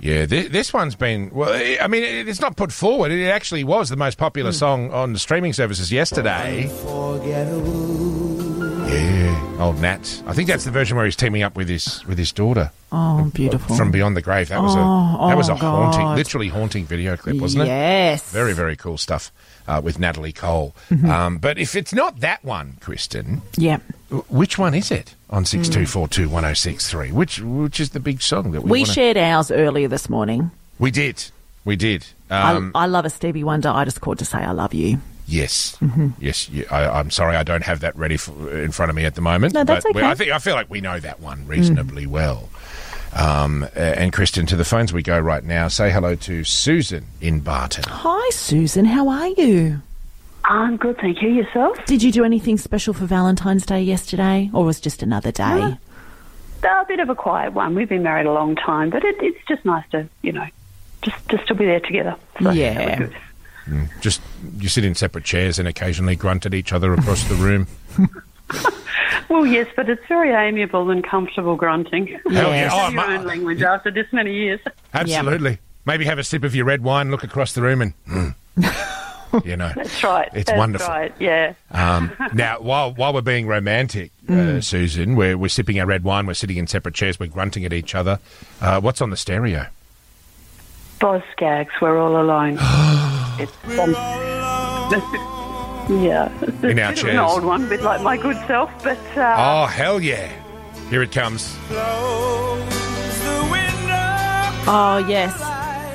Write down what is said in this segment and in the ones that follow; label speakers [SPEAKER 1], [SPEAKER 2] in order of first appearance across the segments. [SPEAKER 1] Yeah, this, this one's been well. I I mean, it, it's not put forward. It actually was the most popular
[SPEAKER 2] Hmm.
[SPEAKER 1] song on the streaming services yesterday. Yeah, old Nat. I think that's the version where he's teaming up with his with his daughter
[SPEAKER 2] Oh, beautiful.
[SPEAKER 1] from Beyond the Grave. That was a
[SPEAKER 2] Oh,
[SPEAKER 1] that was a
[SPEAKER 2] oh,
[SPEAKER 1] haunting,
[SPEAKER 2] God.
[SPEAKER 1] literally haunting video clip, wasn't it?
[SPEAKER 2] Yes.
[SPEAKER 1] Very very cool stuff uh, with Natalie Cole.
[SPEAKER 2] Mm-hmm.
[SPEAKER 1] Um, but if it's not that one, Kristen,
[SPEAKER 2] Yeah.
[SPEAKER 1] w- which one is it? On six two four two one zero six three. Which which is the big song that we
[SPEAKER 2] Mm. We
[SPEAKER 1] wanna-
[SPEAKER 2] shared ours earlier this morning.
[SPEAKER 1] we did we did. Um,
[SPEAKER 2] I, I love a Stevie Wonder. I just called to say I love you.
[SPEAKER 1] Yes,
[SPEAKER 2] Mm-hmm.
[SPEAKER 1] yes. You, I, I'm sorry, I don't have that ready for, in front of me at the moment.
[SPEAKER 2] No, that's
[SPEAKER 1] but we-
[SPEAKER 2] okay. Mm.
[SPEAKER 1] I think I feel like we know that one reasonably well. Um, a- and Kristen, to the phones we go right now. Say hello to Susan in Barton.
[SPEAKER 2] Hi, Susan. How are you?
[SPEAKER 3] I'm good, thank you. Yourself?
[SPEAKER 2] Did you do anything special for Valentine's Day yesterday, or was it just another day?
[SPEAKER 3] Oh, a bit of a quiet one. We've been married a long time, but it, it's just nice to, you know, just just to be there together.
[SPEAKER 2] Yeah.
[SPEAKER 3] that was good.
[SPEAKER 1] Just you sit in separate chairs and occasionally grunt at each other across the room.
[SPEAKER 3] Well, yes, but it's very amiable and comfortable grunting.
[SPEAKER 1] Hell yeah. Oh,
[SPEAKER 3] Your own
[SPEAKER 1] ma-
[SPEAKER 3] language after this many years.
[SPEAKER 1] absolutely. Maybe have a sip of your red wine, look across the room, and mm. you know.
[SPEAKER 3] That's right.
[SPEAKER 1] It's
[SPEAKER 3] That's
[SPEAKER 1] wonderful.
[SPEAKER 3] Right. Yeah.
[SPEAKER 1] Um, now, while while we're being romantic,
[SPEAKER 2] Hmm.
[SPEAKER 1] uh, Susan, we're we're sipping our red wine. We're sitting in separate chairs. We're grunting at each other. Uh, what's on the stereo?
[SPEAKER 3] Bosgags, we're all alone. it's, um, yeah. It's a
[SPEAKER 1] In
[SPEAKER 3] bit
[SPEAKER 1] our
[SPEAKER 3] of
[SPEAKER 1] chairs.
[SPEAKER 3] an old one, a bit like my good self, but uh,
[SPEAKER 1] Oh hell yeah! Here it comes.
[SPEAKER 2] Oh, yes.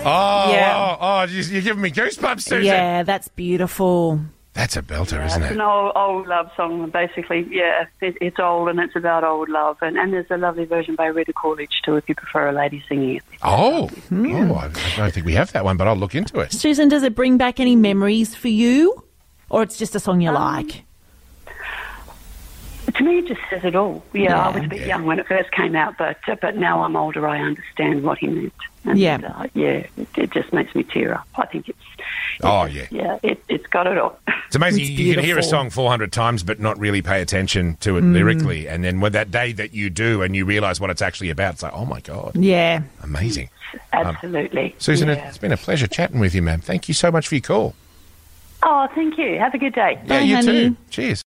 [SPEAKER 1] Oh
[SPEAKER 2] Yeah.
[SPEAKER 1] oh, oh you- you're giving me goosebumps, Susan.
[SPEAKER 2] Yeah, that's beautiful.
[SPEAKER 1] That's a belter, isn't
[SPEAKER 3] it's
[SPEAKER 1] it?
[SPEAKER 3] an old, old love song, basically. Yeah, it, it's old and it's about old love. And, and there's a lovely version by Rita Coolidge, too, if you prefer a lady singing it.
[SPEAKER 1] Oh,
[SPEAKER 2] Hmm.
[SPEAKER 1] oh, I, I don't think we have that one, but I'll look into it.
[SPEAKER 2] Susan, does it bring back any memories for you, or it's just a song you
[SPEAKER 1] Um,
[SPEAKER 2] like?
[SPEAKER 3] To me, it just says it all. Yeah, I was a bit
[SPEAKER 1] Yeah.
[SPEAKER 3] young when it first came out, but uh, but now I'm older, I understand what he meant. And,
[SPEAKER 2] Yeah.
[SPEAKER 3] uh, yeah, it, it just makes me tear up. I think it's.
[SPEAKER 1] Oh yeah,
[SPEAKER 3] Yeah, it, it's got it all.
[SPEAKER 1] it's amazing.
[SPEAKER 2] It's
[SPEAKER 1] you can hear a
[SPEAKER 2] beautiful. Hmm.
[SPEAKER 1] song 400 times, but not really pay attention to it lyrically. And then when that day that you do, and you realise what it's actually about, it's like, oh my god,
[SPEAKER 2] Yeah.
[SPEAKER 1] amazing.
[SPEAKER 3] Absolutely.
[SPEAKER 1] Susan,
[SPEAKER 3] Yeah.
[SPEAKER 1] it's been a pleasure chatting with you, ma'am. Thank you so much for your call.
[SPEAKER 3] Oh, thank you. Have a good day.
[SPEAKER 1] yeah,
[SPEAKER 2] Bye,
[SPEAKER 1] you
[SPEAKER 2] honey.
[SPEAKER 1] too. Cheers.